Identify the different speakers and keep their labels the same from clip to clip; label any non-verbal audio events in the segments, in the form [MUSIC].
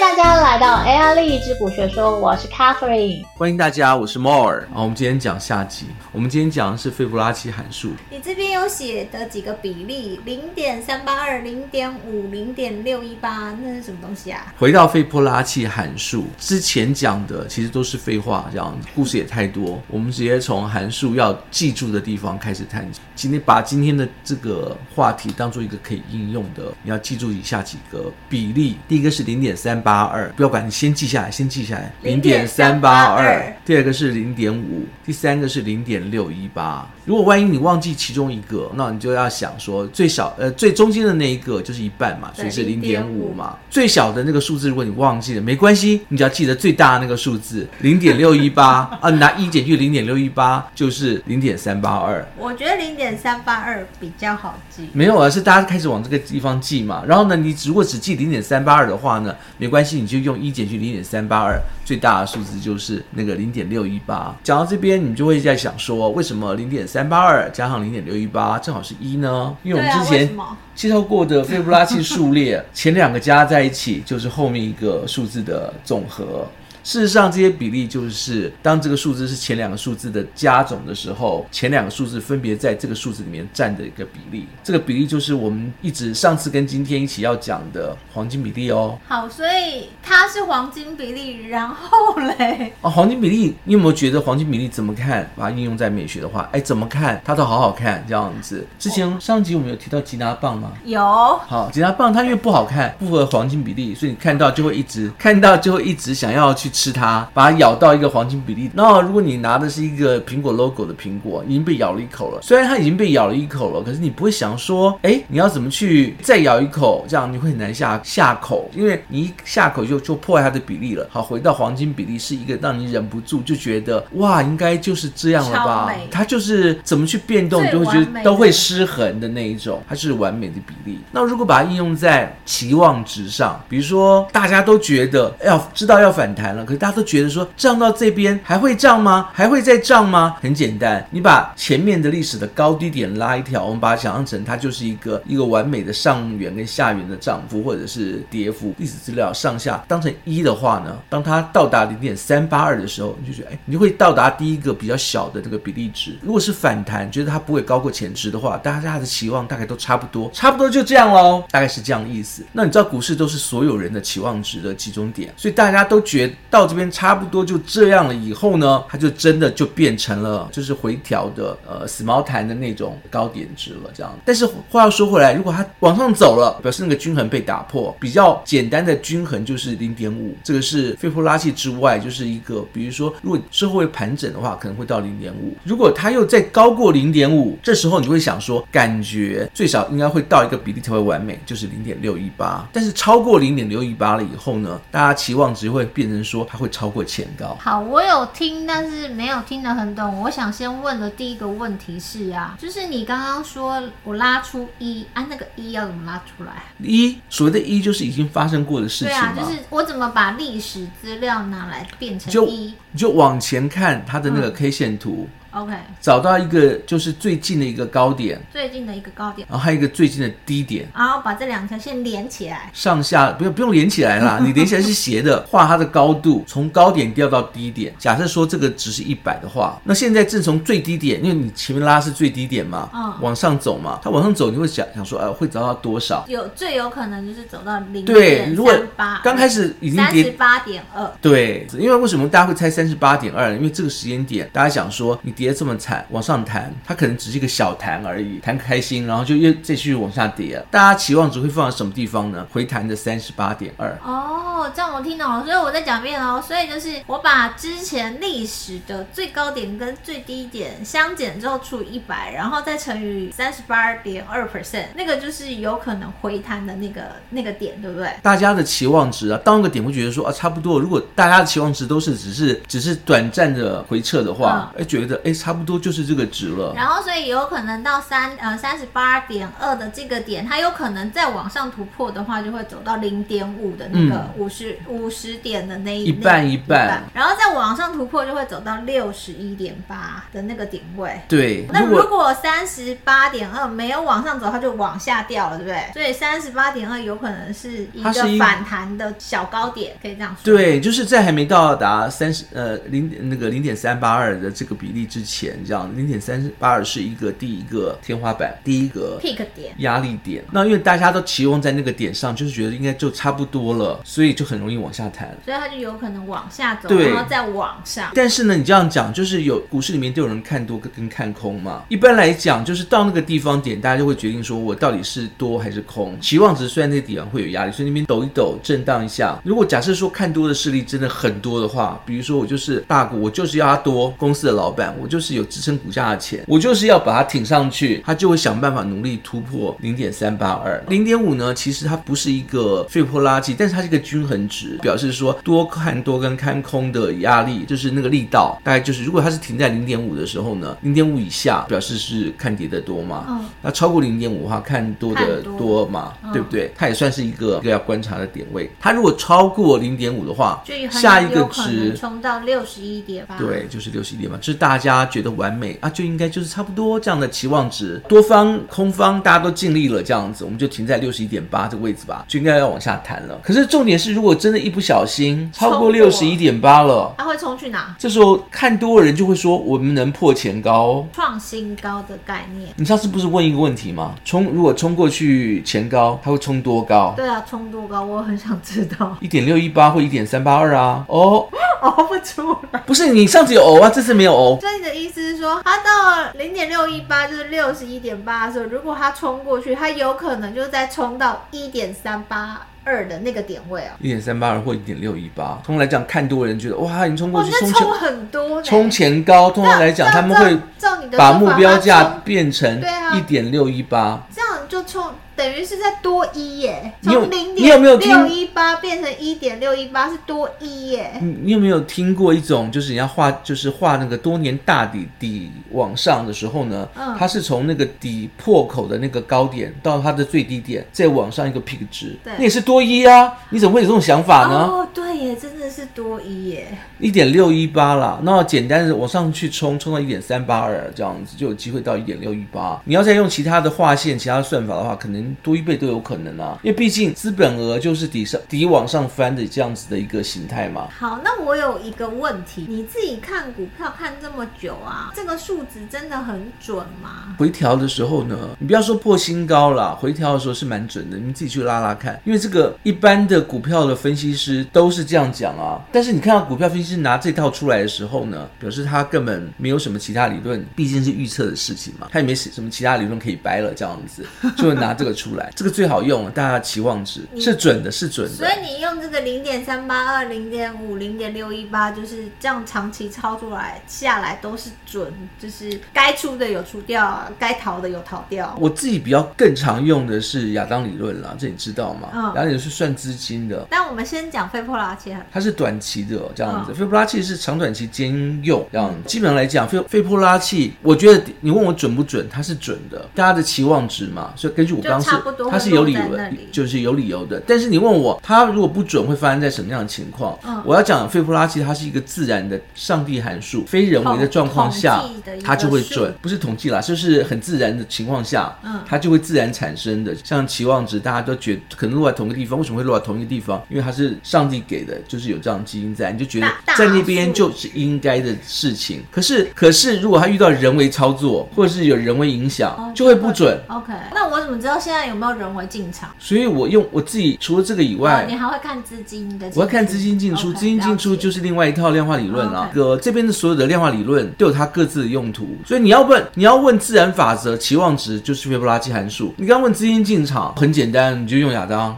Speaker 1: 大家来到 AI 力之谷学说，我是 Catherine。
Speaker 2: 欢迎大家，我是 More。啊，我们今天讲下集，我们今天讲的是斐波那契函数。
Speaker 3: 你这边有写的几个比例，零点三八二、零点五、零点六一八，那是什么东西啊？
Speaker 2: 回到斐波那契函数之前讲的，其实都是废话，这样故事也太多，我们直接从函数要记住的地方开始探索。今天把今天的这个话题当做一个可以应用的，你要记住以下几个比例。第一个是零点三八二，不要管，你先记下来，先记下来。
Speaker 3: 0.382
Speaker 2: 第二个是零点五，第三个是零点六一八。如果万一你忘记其中一个，那你就要想说最小呃最中间的那一个就是一半嘛，所以是零点五嘛。最小的那个数字，如果你忘记了，没关系，你只要记得最大的那个数字零点六一八 [LAUGHS] 啊，你拿一减去零点六一八就是零点三八二。
Speaker 3: 我觉得零点三八二比较好记。
Speaker 2: 没有啊，是大家开始往这个地方记嘛。然后呢，你如果只记零点三八二的话呢，没关系，你就用一减去零点三八二，最大的数字就是那个零点六一八。讲到这边，你就会在想说，为什么零点三八二加上零点六一八正好是一呢？因为我们之
Speaker 3: 对啊为
Speaker 2: 前
Speaker 3: 什么
Speaker 2: 介绍过的斐波那契
Speaker 3: [LAUGHS]
Speaker 2: 数列，前两个加在一起就是后面一个数字的总和。事实上，这些比例就是当这个数字是前两个数字的加总的时候，前两个数字分别在这个数字里面占的一个比例。这个比例就是我们一直上次跟今天一起要讲的黄金比例哦。
Speaker 3: 好，所以它是黄金比例，然后嘞，
Speaker 2: 啊，黄金比例，你有没有觉得黄金比例怎么看？把它应用在美学的话，哎，怎么看它都好好看这样子。之前上集我们有提到吉拿棒吗？
Speaker 3: 有
Speaker 2: 好，吉拿棒它因为不好看，不合黄金比例，所以你看到就会一直看到就会一直想要去吃它，把它咬到一个黄金比例。那如果你拿的是一个苹果 logo 的苹果，已经被咬了一口了，虽然它已经被咬了一口了，可是你不会想说，哎，你要怎么去再咬一口，这样你会很难下下口，因为你一下口就就破坏它的比例了。好，回到黄金比例是一个让你忍不住就觉得哇，应该就是这样了
Speaker 3: 超
Speaker 2: 吧
Speaker 3: 美？
Speaker 2: 它就是怎么去变动，你就会觉
Speaker 3: 最
Speaker 2: 得
Speaker 3: 完美的
Speaker 2: 都会失衡的那一种，它是完美的比例。那如果把它应用在期望值上，比如说大家都觉得要知道要反弹了，可是大家都觉得说涨到这边还会涨吗？还会再涨吗？很简单，你把前面的历史的高低点拉一条，我们把它想象成它就是一个一个完美的上缘跟下缘的涨幅或者是跌幅，历史资料上下当成一的话呢，当它到达零点三八二的时候，你就觉得哎，你就会到达第一个比较小的那个比例值。如果是反弹，觉得它不会高过前值的话，大家的期望大概都差不多，差不多就这样喽，大概是这样的意思。那你知道股市都是所有人的期望值的集中点，所以大家都觉得到这边差不多就这样了以后呢，它就真的就变成了就是回调的呃死毛弹的那种高点值了这样。但是话又说回来，如果它往上走了，表示那个均衡被打破。比较简单的均衡就是零点五，这个是斐波那契之外，就是一个比如说，如果之后会盘整的话，可能会到零点五。如果它又再高过零点五，这时候你会想说，感觉最少应该会到一个比例才会完美，就是零点六一八。但是超过零点六一八了以后呢，大家期望值会变成说它会超过前高。
Speaker 3: 好，我有听，但是没有听得很懂。我想先问的第一个问题是啊，就是你刚刚说我拉出一啊，那个一要怎么拉出来？
Speaker 2: 一所谓的“一”就是已经发生过的事
Speaker 3: 对
Speaker 2: 情
Speaker 3: 啊
Speaker 2: 嘛，，
Speaker 3: 就是我怎么把历史资料拿来变成
Speaker 2: 就
Speaker 3: 一
Speaker 2: 你就往前看它的那个 K 线图，
Speaker 3: ？OK，
Speaker 2: 找到一个就是最近的一个高点，
Speaker 3: 最近的一个高点，
Speaker 2: 然后还有一个最近的低点。
Speaker 3: 然后把这两条线连起来。
Speaker 2: 上下不用不用连起来啦， [LAUGHS] 你连起来是斜的，画它的高度，从高点掉到低点。假设说这个值是一百的话，那现在正从最低点，因为你前面拉是最低点嘛，
Speaker 3: 嗯
Speaker 2: 往上走嘛，它往上走，你会想想说，呃，会找到多少？
Speaker 3: 有最有可能就是走到零
Speaker 2: 对，
Speaker 3: 点
Speaker 2: 如果
Speaker 3: 三八，
Speaker 2: 刚开始已经
Speaker 3: 三
Speaker 2: 跌
Speaker 3: 十八点二，
Speaker 2: 对，因为为什么大家会猜三十八点二？因为这个时间点，大家想说你跌得这么惨，往上弹，它可能只是一个小弹而已，弹开心，然后就又继续往下跌。大家期望值会放在什么地方呢？回弹的三十八点二。
Speaker 3: 哦，这样我听懂了，所以我再讲一遍哦。所以就是我把之前历史的最高点跟最低点相减之后除以一百，然后再乘以三十八点二 percent，那个就是有可能回弹的那个那个点，对不对？
Speaker 2: 大家的期望值啊，到那个点会觉得说啊，差不多。如果大家的期望值都是只是只是短暂的回撤的话，哎、觉得哎，差不多就是这个值了。
Speaker 3: 然后所以有可能到三呃三十八点二的这个点，它有可能再往上突破的话，就会走到零点五的那个五十五十点的那一
Speaker 2: 嗯一半一半
Speaker 3: 然后再往上突破就会走到六十一点八的那个点位。
Speaker 2: 对，
Speaker 3: 那
Speaker 2: 如
Speaker 3: 如
Speaker 2: 果
Speaker 3: 果三十八点二没有往上走，它就往下掉了，对不对？所以三十八点二有可能是一
Speaker 2: 嗯它是一
Speaker 3: 个反弹的小高点，可以这样说。
Speaker 2: 对，就是在还没到达三十呃零那个零点三八二的这个比例之前，这样零点三八二是一个第一个天花板，第一个
Speaker 3: peak 点。
Speaker 2: 压力点。那因为大家都期望在那个点上，就是觉得应该就差不多了，所以就很容易往下弹。
Speaker 3: 所以它就有可能往下走，
Speaker 2: 对
Speaker 3: 然后再往上。
Speaker 2: 但是呢，你这样讲，就是有股市里面都有人看多跟看空嘛。一般来讲，就是到那个地方点，大家就会决定说我到底是多还是空。期望值虽然那个地方会有压力，所以那边抖一抖，震荡一下。如果假设说看多的势力真的很多的话，比如说我就是大股，我就是要它多，公司的老板，我就是有支撑股价的钱，我就是要把它挺上去，它就会想办法努力突破零点三八二。零点五呢，其实它不是一个费波拉几，但是它是一个均衡值，表示说多看多跟看空的压力，就是那个力道，大概就是如果它是停在零点五的时候呢，零点五以下表示是看跌的多嘛，
Speaker 3: 嗯
Speaker 2: 那超过零点五的话，看多的
Speaker 3: 看多
Speaker 2: 多嘛，
Speaker 3: 嗯
Speaker 2: 对不对？它也算是一个一个要观察的点位。它如果超过零点五的话
Speaker 3: 就，很
Speaker 2: 下一个
Speaker 3: 有可
Speaker 2: 值
Speaker 3: 能冲到六十一点八，
Speaker 2: 对，就是六十一点嘛，就是大家觉得完美啊，就应该就是差不多这样的期望值，多方空方大家都尽力了，这样子我们就停在六十一点八这个位置吧，就应该要往下弹了。可是重点是，如果真的一不小心超过
Speaker 3: 超过
Speaker 2: 六十一点八了，
Speaker 3: 它会冲去哪？
Speaker 2: 这时候看多的人就会说我们能破前高哦。
Speaker 3: 创新高的概念。
Speaker 2: 你上次不是问一个问题吗？冲如果冲过去前高，它会冲多高？
Speaker 3: 对啊，冲多高，我很想知道， [LAUGHS]
Speaker 2: 一点六一八或一点三八二啊？哦，
Speaker 3: 熬不出来。
Speaker 2: 不是你上次有哦啊，这次没有哦。
Speaker 3: 所以你的意思是说，它到零点六一八，就是六十一点八的时候，如果它冲过去，它有可能就再冲到一点三八二的那个点位哦。
Speaker 2: 一点三八二或一点六一八，通常来讲，看多的人觉得哇，你冲过
Speaker 3: 哇，
Speaker 2: 去
Speaker 3: 那
Speaker 2: 冲前
Speaker 3: 冲很多呢，
Speaker 2: 冲前高，通常来讲
Speaker 3: 那
Speaker 2: 他们会
Speaker 3: 照照你的
Speaker 2: 把
Speaker 3: 说
Speaker 2: 目
Speaker 3: 法
Speaker 2: 标
Speaker 3: 它
Speaker 2: 价
Speaker 3: 冲
Speaker 2: 变成
Speaker 3: 对啊
Speaker 2: 一点六一八。
Speaker 3: 这样就冲等于是在多一耶，
Speaker 2: 你有
Speaker 3: 从零
Speaker 2: 你有
Speaker 3: 点
Speaker 2: 没有听
Speaker 3: 六一八变成一点六一八是多一耶。
Speaker 2: 你你有没有听过一种，就是人家画，就是画那个多年大底底往上的时候呢，
Speaker 3: 嗯
Speaker 2: 它是从那个底破口的那个高点到它的最低点，再往上一个 peak 值，
Speaker 3: 对
Speaker 2: 那也是多一啊，你怎么会有这种想法啊呢？
Speaker 3: 哦，对耶，真的是多一耶。
Speaker 2: 一点六一八啦，那简单的往上去冲，冲到一点三八二这样子就有机会到一点六一八。你要再用其他的划线、其他的算法的话，可能多一倍都有可能啊，因为毕竟资本额就是底上底往上翻的这样子的一个形态嘛。
Speaker 3: 好，那我有一个问题，你自己看股票看这么久啊，这个数值真的很准吗？
Speaker 2: 回调的时候呢，你不要说破新高啦，回调的时候是蛮准的，你们自己去拉拉看。因为这个一般的股票的分析师都是这样讲啊，但是你看到股票分析师拿这套出来的时候呢，表示他根本没有什么其他理论，毕竟是预测的事情嘛，他也没什么其他理论可以掰了，这样子就会拿这个出来， [LAUGHS] 这个最好用了，大家的期望值是准的，是准的
Speaker 3: 嗯所。以你用这个零点三八二、零点五、零点六一八，就是这样长期操作来下来都是准，就是该出的有出掉，该逃的有逃掉。
Speaker 2: 我自己比较更常用的是亚当理论啦，这你知道吗？
Speaker 3: 嗯
Speaker 2: 亚当理论是算资金的，
Speaker 3: 但我们先讲费波那契合
Speaker 2: 它是短期的哦这样子，
Speaker 3: 嗯
Speaker 2: 斐波拉契是长短期兼用这样子。基本上来讲，斐斐波拉契，我觉得你问我准不准，它是准的，大家的期望值嘛，所以根据我刚刚
Speaker 3: 就差不
Speaker 2: 是
Speaker 3: 多
Speaker 2: 它是有理
Speaker 3: 会落在那
Speaker 2: 论
Speaker 3: 里，
Speaker 2: 就是有理由的。但是你问我，它如果不准会发生在什么样的情况？
Speaker 3: 嗯
Speaker 2: 我要讲斐波拉契，它是一个自然的上帝函数，非人为的状况下
Speaker 3: 统统计的一，个
Speaker 2: 它就会准
Speaker 3: 数，
Speaker 2: 不是统计啦，就是很自然的情况下，
Speaker 3: 嗯
Speaker 2: 它就会自然产生的。像期望值，大家都觉得可能落在同一个地方，为什么会落在同一个地方？因为它是上帝给的，就是有这样的基因在，你就觉得
Speaker 3: 大
Speaker 2: 在那边就是应该的事情。可是，可是如果它遇到人为操作，或者是有人为影响
Speaker 3: 哦，
Speaker 2: 就会不准。
Speaker 3: OK，那我怎么知道现在有没有人为进场？
Speaker 2: 所以我用我自己除了这个以
Speaker 3: 哦
Speaker 2: 外
Speaker 3: 你。还会看资金的进出？
Speaker 2: 我要看资金进出
Speaker 3: OK，
Speaker 2: 资金进出
Speaker 3: 了解
Speaker 2: 就是另外一套量化理论啦
Speaker 3: 了。解
Speaker 2: 个这边的所有的量化理论都有它各自的用途，所以你要问，你要问自然法则、期望值就是斐波那契函数。你刚问资金进场很简单，你就用亚当。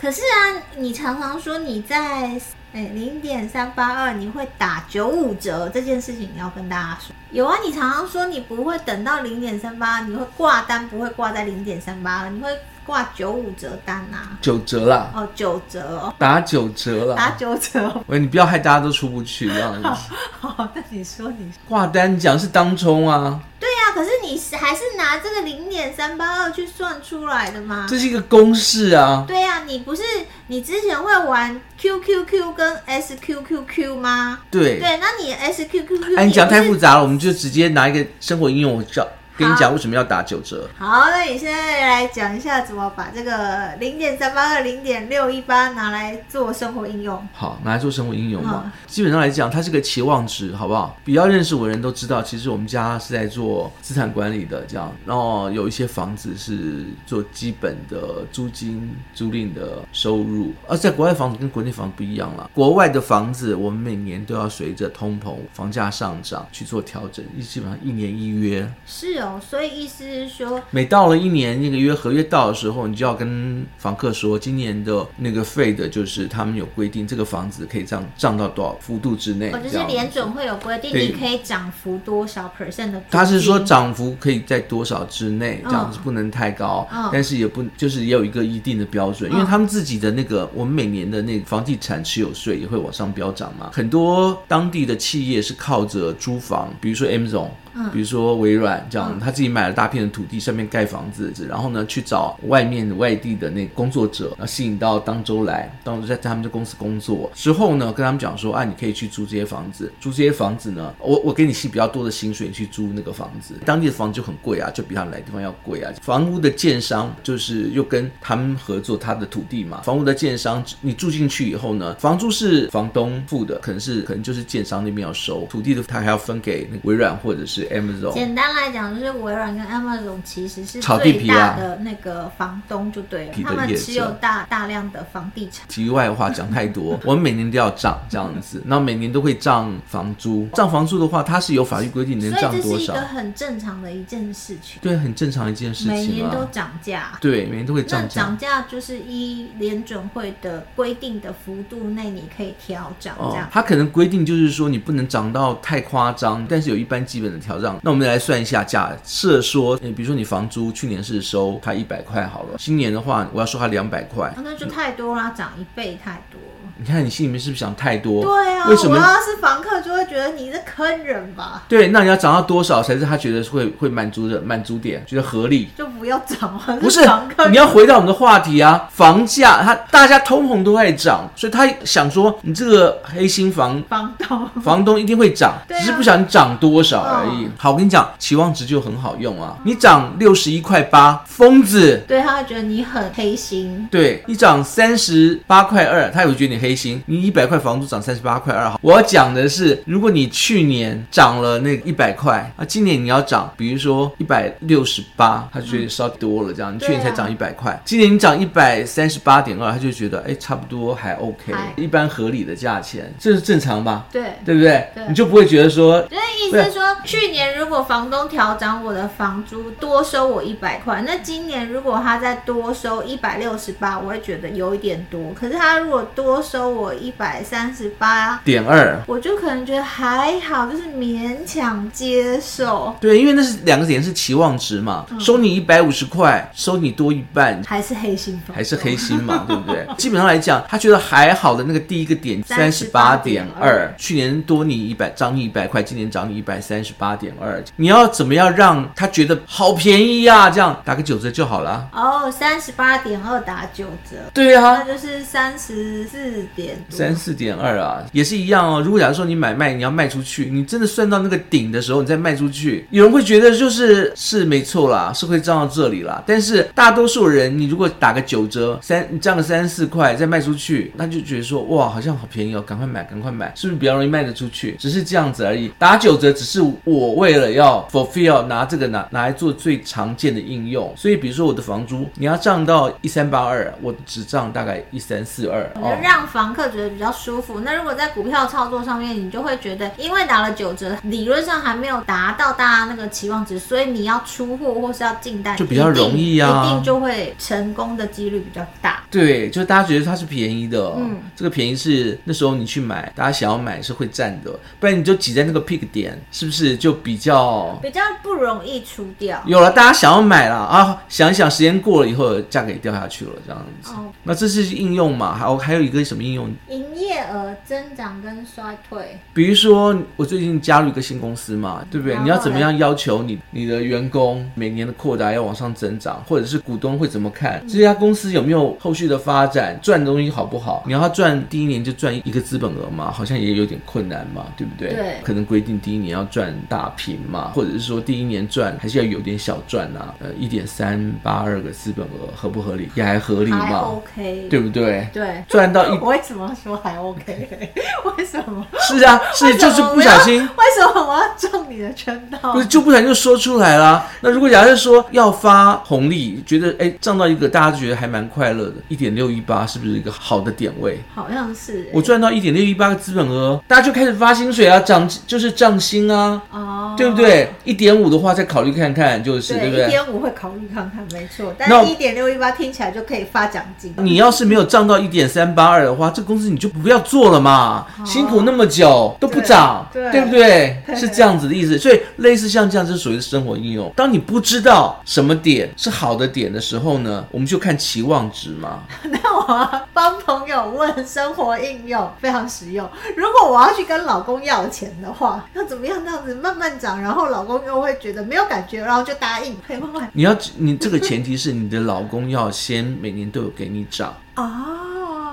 Speaker 3: 可是啊，你常常说你在哎零点三八二你会打九五折这件事情，你要跟大家说。有啊，你常常说你不会等到零点三八，你会挂单不会挂在零点三八二，你会挂九五折单啊。
Speaker 2: 九折啦，
Speaker 3: 哦，九折哦，
Speaker 2: 打九折
Speaker 3: 打
Speaker 2: 啦。
Speaker 3: 九折哦。 [LAUGHS]
Speaker 2: 喂，你不要害大家都出不去这样
Speaker 3: 啊
Speaker 2: 子。
Speaker 3: 好，那你说你
Speaker 2: [LAUGHS] 挂单讲是当冲啊，
Speaker 3: 对啊，可是你是还是拿这个零点三八二去算出来的吗？
Speaker 2: 这是一个公式啊。
Speaker 3: 对呀、你不是你之前会玩 QQQ 跟 SQQQ 吗？
Speaker 2: 对，
Speaker 3: 对，那你 SQQQ，
Speaker 2: 哎，你讲太复
Speaker 3: 杂。
Speaker 2: 杂了，我们就直接拿一个生活应用照跟你讲为什么要打九折。
Speaker 3: 好，那你现在来讲一下怎么把这个零点三八二、零点六一八拿来做生活应用。
Speaker 2: 好，拿来做生活应用嘛。基本上来讲，它是个期望值，好不好？比较认识我的人都知道，其实我们家是在做资产管理的，这样。然后有一些房子是做基本的租金、租赁的收入。啊而在国外房子跟国内房子不一样啦，国外的房子我们每年都要随着通膨、房价上涨去做调整，基本上一年一约。
Speaker 3: 是哦，所以意思是说，
Speaker 2: 每到了一年那个约合约到的时候，你就要跟房客说，今年的那个费的，就是他们有规定，这个房子可以涨涨到多少幅度之内。
Speaker 3: 我哦就
Speaker 2: 这
Speaker 3: 是
Speaker 2: 样
Speaker 3: 联准会有规定，
Speaker 2: 对
Speaker 3: 你可以涨幅多少 percent 的租金。
Speaker 2: 他是说涨幅可以在多少之内，
Speaker 3: 嗯
Speaker 2: 这样子不能太高，
Speaker 3: 嗯
Speaker 2: 但是也不就是也有一个一定的标准，
Speaker 3: 嗯
Speaker 2: 因为他们自己的那个我们每年的那个房地产持有税也会往上飙涨嘛。很多当地的企业是靠着租房，比如说 Amazon。
Speaker 3: 嗯
Speaker 2: 比如说微软这样
Speaker 3: 嗯，
Speaker 2: 他自己买了大片的土地，上面盖房子，然后呢去找外面的外地的那个工作者，然后吸引到当州来，当州在在他们的公司工作之后呢，跟他们讲说，啊，你可以去租这些房子，租这些房子呢，我我给你吸比较多的薪水，你去租那个房子，当地的房子就很贵啊，就比他们来的地方要贵啊。房屋的建商就是又跟他们合作他的土地嘛，房屋的建商你住进去以后呢，房租是房东付的，可能是可能就是建商那边要收，土地的他还要分给那个微软或者是 Amazon。
Speaker 3: 简单来讲，就是微软跟 Amazon 其实是
Speaker 2: 炒地
Speaker 3: 最
Speaker 2: 皮啊
Speaker 3: 大的那个房东，就对了，
Speaker 2: 地的啊
Speaker 3: 他们
Speaker 2: 业
Speaker 3: 持
Speaker 2: 者
Speaker 3: 有大大量的房地产。
Speaker 2: 题外话讲太多， [LAUGHS] 我们每年都要涨这样子，然后每年都会涨房租。涨房租的话，它是有法律规定能
Speaker 3: 所以
Speaker 2: 涨
Speaker 3: 这
Speaker 2: 多
Speaker 3: 是一
Speaker 2: 少
Speaker 3: 个，很正常的一件事情，
Speaker 2: 对，很正常一件事
Speaker 3: 每
Speaker 2: 情
Speaker 3: 年都
Speaker 2: 啊。
Speaker 3: 涨价。
Speaker 2: 对，每年都会
Speaker 3: 那
Speaker 2: 涨价
Speaker 3: 涨。价就是依联准会的规定的幅度内，你可以调涨这
Speaker 2: 哦
Speaker 3: 样，。
Speaker 2: 它可能规定就是说你不能涨到太夸张，但是有一般基本的调整。那我们来算一下价，设说，呃比如说你房租去年是收它一百块好了，今年的话我要收它两百块。
Speaker 3: 啊那就太多啦，涨一倍太多了。
Speaker 2: 你看你心里面是不是想太多？
Speaker 3: 对啊，
Speaker 2: 为什
Speaker 3: 我
Speaker 2: 么？
Speaker 3: 要是房客就会觉得你是坑人吧，
Speaker 2: 对，那你要涨到多少才是他觉得会会满足的满足点，觉得合理？
Speaker 3: 就不要涨了。
Speaker 2: 不是
Speaker 3: 房客，
Speaker 2: 你要回到我们的话题啊，房价它大家通膨都在涨，所以他想说你这个黑心房
Speaker 3: 房东。 [LAUGHS]
Speaker 2: 房东一定会涨，
Speaker 3: 对啊
Speaker 2: 只是不想涨多少而已。
Speaker 3: 嗯
Speaker 2: 好，我跟你讲，期望值就很好用啊，你涨六十一块八，疯子。
Speaker 3: 对，他会觉得你很黑心，
Speaker 2: 对你涨三十八块二，他也会觉得你黑心。你一百块房租涨三十八块二，我要讲的是，如果你去年涨了那一百块啊，今年你要涨，比如说一百六十八，他就觉得稍多了这
Speaker 3: 嗯
Speaker 2: 样。你去年才
Speaker 3: 啊
Speaker 2: 涨一百块，今年你涨一百三十八点二，他就觉得哎，差不多还 OK，
Speaker 3: 还
Speaker 2: 一般合理的价钱，这是正常吧？
Speaker 3: 对，
Speaker 2: 对不对？
Speaker 3: 对
Speaker 2: 你就不会觉得说
Speaker 3: 就是意思是说，去年如果房东调涨我的房租，多收我一百块，那今年如果他再多收一百六十八，我会觉得有一点多。可是他如果多收我一百三十八，
Speaker 2: 点二。
Speaker 3: 我就可能觉得还好，就是勉强接受，
Speaker 2: 对，因为那是两个点是期望值嘛，收你一百五十块，收你多一半，
Speaker 3: 还是黑心房，
Speaker 2: 还是黑心 [LAUGHS] 嘛，对不对？基本上来讲，他觉得还好的那个第一个点三十八点二
Speaker 3: 38.2，
Speaker 2: 去年多你一百，涨你一百块，今年涨你一百三十八点二，你要怎么样让他觉得好便宜呀、这样打个九折就好了。
Speaker 3: 哦，三十八点二打九折，
Speaker 2: 对
Speaker 3: 那
Speaker 2: 啊。
Speaker 3: 就是三十四点多。
Speaker 2: 三四点二啊，也是一样哦。如果假如说你买卖，你要卖出去，你真的算到那个顶的时候，你再卖出去，有人会觉得就是是没错啦，是会涨到这里啦。但是大多数人，你如果打个九折，三你降个三四块再卖出去，那就觉得说哇，好像好便宜哦，赶快买，赶快买，是不是比较容易卖得出去？只是这样子而已。打九折只是我为了要 fulfill 拿这个拿拿来做最常见的应用，所以比如说我的房租，你要涨到一三八二，我只涨大概一三四二。
Speaker 3: 我觉
Speaker 2: 哦。
Speaker 3: 得让房客觉得比较舒服。那如果在股票操作上面，你就会觉得，因为打了九折，理论上还没有达到大家那个期望值，所以你要出货或是要进单，
Speaker 2: 就比较容易啊
Speaker 3: 一定一定就会成功的几率比较大。
Speaker 2: 对，就是大家觉得它是便宜的，哦
Speaker 3: 嗯
Speaker 2: 这个便宜是那时候你去买，大家想要买是会占的，不然你就挤在那个 peak 点，是不是就比较
Speaker 3: 比较不容易出掉，
Speaker 2: 有了？大家想要买了啊，想一想时间过了以后，价格也掉下去了，这样子。
Speaker 3: 哦
Speaker 2: 那这是应用嘛？还有还有一个什么应应用
Speaker 3: 营业额增长跟衰退，
Speaker 2: 比如说，我最近加入一个新公司嘛，对不对？
Speaker 3: 然后
Speaker 2: 你要怎么样要求你你的员工每年的扩大要往上增长，或者是股东会怎么看这家公司有没有后续的发展，赚的东西好不好？你要他赚第一年就赚一个资本额嘛，好像也有点困难嘛，对不对？
Speaker 3: 对
Speaker 2: 可能规定第一年要赚大平嘛，或者是说第一年赚还是要有点小赚啊，呃，一点三八二个资本额合不合理？也还合理
Speaker 3: 还
Speaker 2: 嘛，
Speaker 3: OK。
Speaker 2: 对不对？
Speaker 3: 对，
Speaker 2: 赚到一 [LAUGHS]
Speaker 3: 我为什么说还 OK？为 [LAUGHS] 什么？
Speaker 2: 是啊，是就是不小心。
Speaker 3: 为什么我要中你的圈套
Speaker 2: 不？是，就不然就说出来啦。那如果假设说要发红利，觉得哎涨到一个大家就觉得还蛮快乐的，一点六一八是不是一个好的点位？
Speaker 3: 好像是欸、
Speaker 2: 我赚到一点六一八个资本额，大家就开始发薪水啊，涨就是涨薪啊，
Speaker 3: 哦，
Speaker 2: 对不？对？一点五的话再考虑看看，就是对
Speaker 3: 对，
Speaker 2: 不
Speaker 3: 一
Speaker 2: 对？
Speaker 3: 点五会考虑看看，没错。但
Speaker 2: 那嗯
Speaker 3: 是一点六一八听起来就可以发奖金。
Speaker 2: 你要是没有涨到一点三八二的话，这公司你就不要做了嘛，辛苦那么久都不涨，
Speaker 3: 哦对
Speaker 2: 不对？
Speaker 3: 对
Speaker 2: 是这样子的意思。所以类似像这样，这是属于生活应用。当你不知道什么点是好的点的时候呢，我们就看期望值嘛。
Speaker 3: 那我帮朋友问生活应用非常实用。如果我要去跟老公要钱的话，要怎么样这样子慢慢涨，然后老公又会觉得没有感觉，然后就答应，可以慢慢
Speaker 2: 你要你这个前提是你的老公要先每年都有给你涨。
Speaker 3: 哦。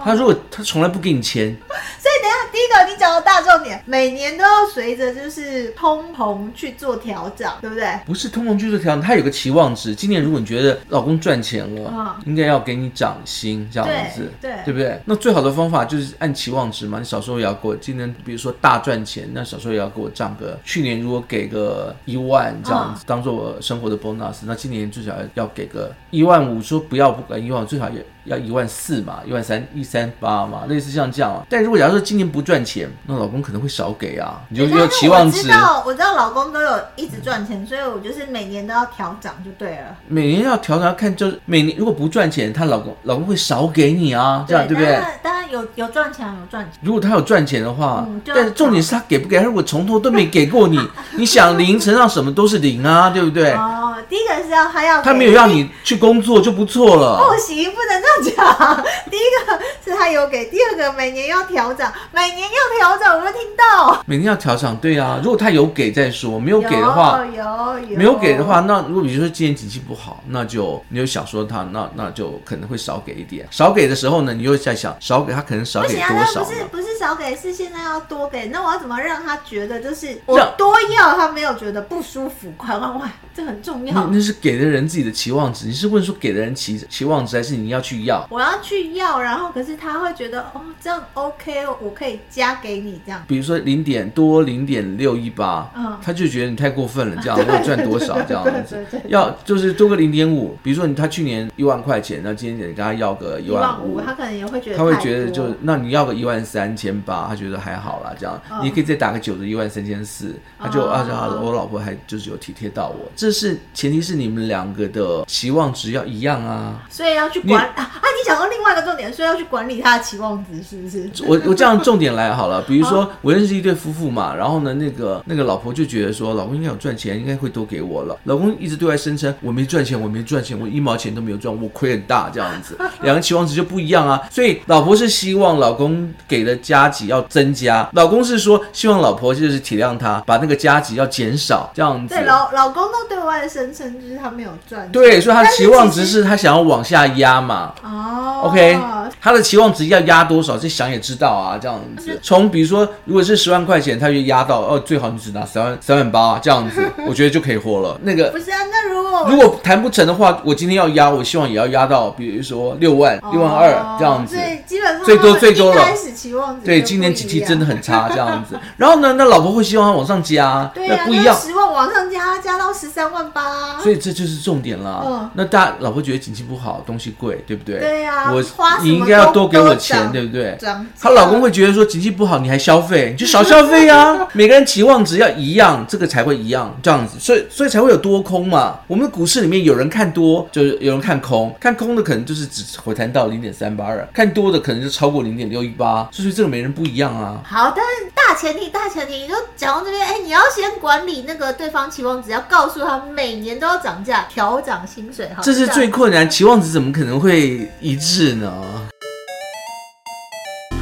Speaker 2: 他如果他从来不给你钱，
Speaker 3: 所以等一下，第一个你讲到大重点，每年都要随着就是通膨去做调整，对不对？
Speaker 2: 不是通膨去做调整，他有个期望值。今年如果你觉得老公赚钱了，
Speaker 3: 啊
Speaker 2: 应该要给你涨薪这样子，
Speaker 3: 对对
Speaker 2: 不对？那最好的方法就是按期望值嘛。你小时候也要给我，今年比如说大赚钱，那小时候也要给我涨个，去年如果给个一万这样
Speaker 3: 啊
Speaker 2: 子，当做我生活的 bonus，那今年最少要给个一万五，说不要不管一万，最少也。要一万四嘛，一万三，一三八嘛，类似像这样嘛。但如果假如说今年不赚钱，那老公可能会少给啊，你就
Speaker 3: 但是
Speaker 2: 有期望值。
Speaker 3: 我知道，我知道老公都有一直赚钱，所以我就是每年都要调涨就对了。
Speaker 2: 每年要调整，要看就是每年如果不赚钱，她老公老公会少给你啊，这样对不对
Speaker 3: 当？然当然有有赚钱，有赚钱。
Speaker 2: 如果他有赚钱的话，
Speaker 3: 嗯就要
Speaker 2: 但是重点是他给不给？他如果从头都没给
Speaker 3: [LAUGHS]
Speaker 2: 过你，你想零乘上什么都是零啊，对不对？
Speaker 3: 哦，第一个是要他要
Speaker 2: 他
Speaker 3: 给
Speaker 2: 没有让你去工作就不错了
Speaker 3: 不。行，不能这样讲。第一个是他有给，第二个每年要调整，每年要调整，有没有听到？
Speaker 2: 每年要调整，对啊。如果他有给再说，没有给的话，
Speaker 3: 有有
Speaker 2: 没有给的话，，那如果比如说今年景气不好，那就你就想说他，那那就可能会少给一点。少给的时候呢，你又在想少给他可能少
Speaker 3: 不
Speaker 2: 给
Speaker 3: 行啊，
Speaker 2: 多
Speaker 3: 那
Speaker 2: 少
Speaker 3: 不是
Speaker 2: 呢？
Speaker 3: 不是少给，是现在要多给。那我要怎么让他觉得就是我
Speaker 2: 让
Speaker 3: 多要，他没有觉得不舒服？快快快，这很重
Speaker 2: 那
Speaker 3: 要。
Speaker 2: 那是给的人自己的期望值。你是问说给的人期期望值，还是你要去要？
Speaker 3: 我要去要，然后可是他会觉得哦，这样 OK，我可以加给你这样。
Speaker 2: 比如说零点多零点六一八
Speaker 3: 嗯，
Speaker 2: 他就觉得你太过分了，
Speaker 3: [LAUGHS]
Speaker 2: 这样我赚多少这样子
Speaker 3: 对对对，
Speaker 2: 要就是多个零点五。比如说你他去年一万块钱，那今年你跟他要个一
Speaker 3: 一
Speaker 2: 万
Speaker 3: 万
Speaker 2: 五
Speaker 3: 五，，他可能也会觉得
Speaker 2: 啊他会
Speaker 3: 太
Speaker 2: 觉得
Speaker 3: 多
Speaker 2: 就那你要个一万三千八，他觉得还好啦，这样、
Speaker 3: 嗯
Speaker 2: 你可以再打个九的一万三千四，他就
Speaker 3: 哦
Speaker 2: 啊啊，我老婆还就是有体贴到我，这是前提是你们两个的期望值要一样啊。
Speaker 3: 所以要去管啊！啊你讲到另外一个重点，所以要去管理他的期望值，是不是？
Speaker 2: 我
Speaker 3: [LAUGHS]
Speaker 2: 我这样重点来好了，比如
Speaker 3: 啊
Speaker 2: 说我认识一对夫妇嘛，然后呢，那个那个老婆就觉得说，老公应该有赚钱，应该会多给我了。老公一直对外声称我没赚钱，我没赚钱，我一毛钱都没有赚，我亏很大这样
Speaker 3: [LAUGHS]
Speaker 2: 子，两个期望值就不一样啊。所以老婆是希望老公给的加急要增加，老公是说希望老婆就是体谅他，把那个加急要减少这样子
Speaker 3: 对，。老老公都对外声称就是他没有赚钱
Speaker 2: 对，所以他的期望值
Speaker 3: 但是其实
Speaker 2: 是他想要往下压嘛。
Speaker 3: 哦
Speaker 2: OK，他的期望值要压多少，这想也知道啊，这样
Speaker 3: 嗯
Speaker 2: 子。从比如说，如果是十万块钱，他就压到哦，最好你只拿三万三万八这样
Speaker 3: [LAUGHS]
Speaker 2: 子，我觉得就可以活了。那个
Speaker 3: 不是啊？那如果
Speaker 2: 如果谈不成的话，我今天要压，我希望也要压到，比如说六万、六万二这样子。
Speaker 3: 哦对，所以基本上
Speaker 2: 最多
Speaker 3: 他们
Speaker 2: 最多了
Speaker 3: 一开始期望值
Speaker 2: 对，
Speaker 3: 就
Speaker 2: 今年
Speaker 3: 不一
Speaker 2: 景气
Speaker 3: 样
Speaker 2: 真的很差，这样子。然后呢，那老婆会希望他往上加，
Speaker 3: [LAUGHS]
Speaker 2: 啊
Speaker 3: 对啊
Speaker 2: 那
Speaker 3: 呀，
Speaker 2: 不一样。
Speaker 3: 十万往上加，加到十三万八，
Speaker 2: 所以这就是重点啦。
Speaker 3: 啊嗯
Speaker 2: 那大家老婆觉得景气不好，东西贵，对不对？
Speaker 3: 对呀
Speaker 2: 我
Speaker 3: 花什么
Speaker 2: 你应该要
Speaker 3: 都
Speaker 2: 多给我
Speaker 3: 都
Speaker 2: 钱，
Speaker 3: 涨
Speaker 2: 对不对？
Speaker 3: 涨
Speaker 2: 她老公会觉得说经济不好，你还消费，你就少消费啊。每个人期望值要一样，这个才会一样这样子，所以所以才会有多空嘛。我们的股市里面有人看多，就是有人看空，看空的可能就是只回弹到零点三八二，看多的可能就超过零点六一八，所以这个每人不一样啊。
Speaker 3: 好，但是大前提，大前提，你就讲到这边，哎、你要先管理那个对方期望值，要告诉他每年都要涨价，调涨薪水，好，
Speaker 2: 这是最困难，期望值怎么可能会一致呢？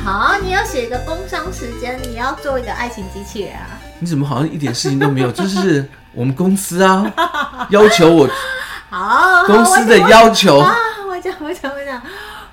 Speaker 3: 好，你要写一个工伤时间，你要做一个爱情机器人啊。
Speaker 2: 你怎么好像一点事情都没有？就是我们公司啊，要求我
Speaker 3: 好，
Speaker 2: 公司的
Speaker 3: 我
Speaker 2: 要求，
Speaker 3: 啊，我讲，我讲，我讲，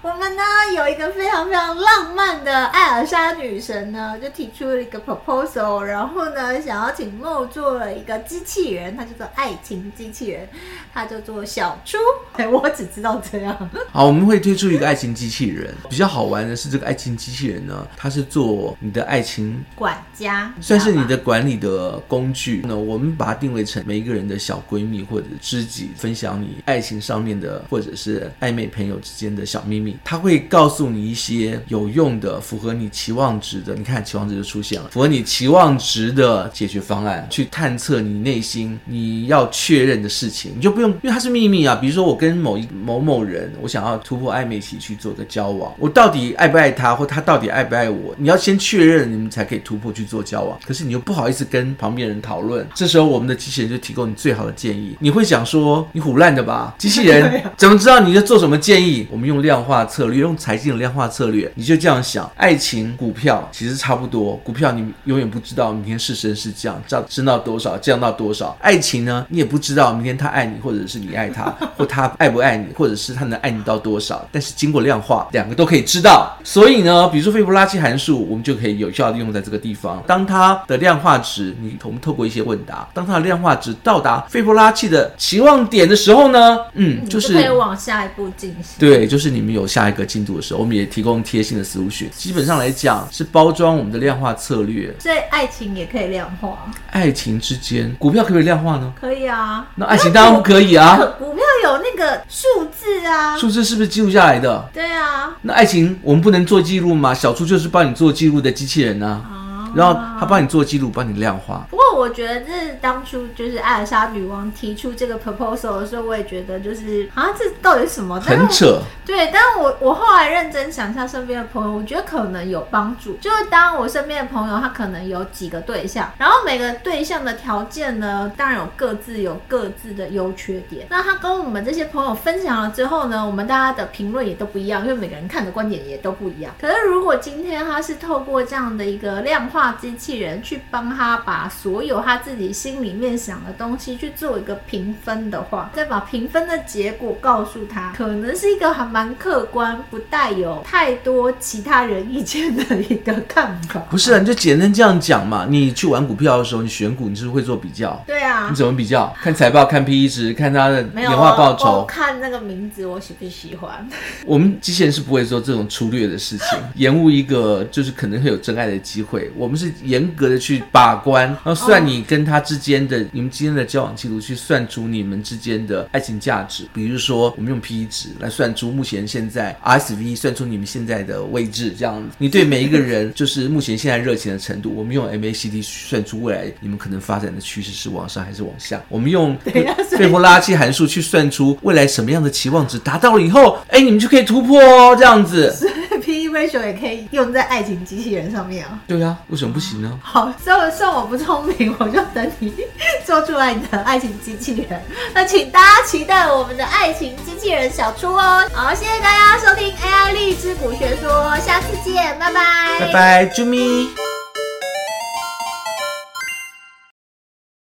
Speaker 3: 我们呢有一个非常非常浪漫的艾尔莎女神呢，就提出了一个 proposal，然后呢想要请莫做了一个机器人，它叫做爱情机器人，它叫做小猪。哎，我只知道这样。
Speaker 2: 好，我们会推出一个爱情机器人。比较好玩的是，这个爱情机器人呢，它是做你的爱情。
Speaker 3: 管家
Speaker 2: 算是你
Speaker 3: 知道吧
Speaker 2: 的管理的工具，那我们把它定位成每一个人的小闺蜜或者知己，分享你爱情上面的或者是暧昧朋友之间的小秘密。它会告诉你一些有用的、符合你期望值的。你看，期望值就出现了，符合你期望值的解决方案，去探测你内心你要确认的事情，你就不用，因为它是秘密啊。比如说，我跟某一某某人， [LAUGHS] 我想要突破暧昧期去做个交往，我到底爱不爱他，或他到底爱不爱我，你要先确认，你们才可以突破去做交往。可是你又不好意思跟旁边人讨论，这时候我们的机器人就提供你最好的建议。你会想说，你胡乱的吧？机器人怎么知道你在做什么建议？我们用量化策略，用财经的量化策略，你就这样想，爱情、股票其实差不多，股票你永远不知道明天是升是降，涨升到多少，降到多少。爱情呢，你也不知道明天他爱你，或者是你爱
Speaker 3: [LAUGHS]
Speaker 2: 他，或他爱不爱你，或者是他能爱你到多少。但是经过量化，两个都可以知道。所以呢，比如说斐波那契函数，我们就可以有效的用在这个地方。当它的量化值，你我们透过一些问答，当它的量化值到达斐波那契的期望点的时候呢，嗯，
Speaker 3: 你
Speaker 2: 就是
Speaker 3: 可以往下一步进行。
Speaker 2: 对，就是你们有下一个进度的时候，我们也提供贴心的服务学。基本上来讲，是包装我们的量化策略。
Speaker 3: 所以爱情也可以量化，
Speaker 2: 爱情之间，股票可不可以量化呢？
Speaker 3: 可以啊。
Speaker 2: 那爱情当然不可以啊
Speaker 3: 可，股票有那个数字啊，
Speaker 2: 数字是不是记录下来的？
Speaker 3: 对啊，
Speaker 2: 那爱情我们不能做记录吗？小猪就是帮你做记录的机器人啊，
Speaker 3: 啊
Speaker 2: 然后他帮你做记录，帮你量化。
Speaker 3: 不过我觉得这是当初就是艾尔莎女王提出这个 proposal 的时候，我也觉得就是啊，这到底是什么？但是
Speaker 2: 很扯，
Speaker 3: 对，但我我后来认真想一下身边的朋友，我觉得可能有帮助。就是当我身边的朋友，他可能有几个对象，然后每个对象的条件呢，当然有各自有各自的优缺点。那他跟我们这些朋友分享了之后呢，我们大家的评论也都不一样，因为每个人看的观点也都不一样。可是如果今天他是透过这样的一个量化机器人去帮他把所有他自己心里面想的东西去做一个评分的话，再把评分的结果告诉他，可能是一个还蛮客观、不带有太多其他人意见的一个看法。
Speaker 2: 不是啊？你就简单这样讲嘛。你去玩股票的时候，你选股，你是不是会做比较？
Speaker 3: 对啊
Speaker 2: 你，怎么比较？看财报，看 P E 值，看它的
Speaker 3: 没有
Speaker 2: 年化报酬。
Speaker 3: 我看那个名字，我喜不喜欢？ [LAUGHS]
Speaker 2: 我们机器人是不会做这种粗略的事情，延误一个就是可能会有真爱的机会。我们是严格的去把关，然后算你跟他之间的、你们之间的交往记录，去算出你们之间的爱情价值。比如说，我们用 P E 值来算出目前现在 RSV 算出你们现在的位置，这样子。你对每一个人就是目前现在热情的程度，我们用 MACD 算出未来你们可能发展的趋势是往上还是往下。我们用
Speaker 3: 等一下所以
Speaker 2: 费波拉契函数去算出未来什么样的期望值达到了以后，哎，你们就可以突破哦，这样子。
Speaker 3: P E ratio 也可以用在爱情机器人上面啊。
Speaker 2: 对啊，为什么不行呢？
Speaker 3: 好，算算我不聪明， [LAUGHS] 我就等你做出来你的爱情机器人。那请大家期待我们的爱情机器人小猪哦。好，谢谢大家收听 AI 荔枝股学说，下次见，拜拜，
Speaker 2: 拜拜，啾咪。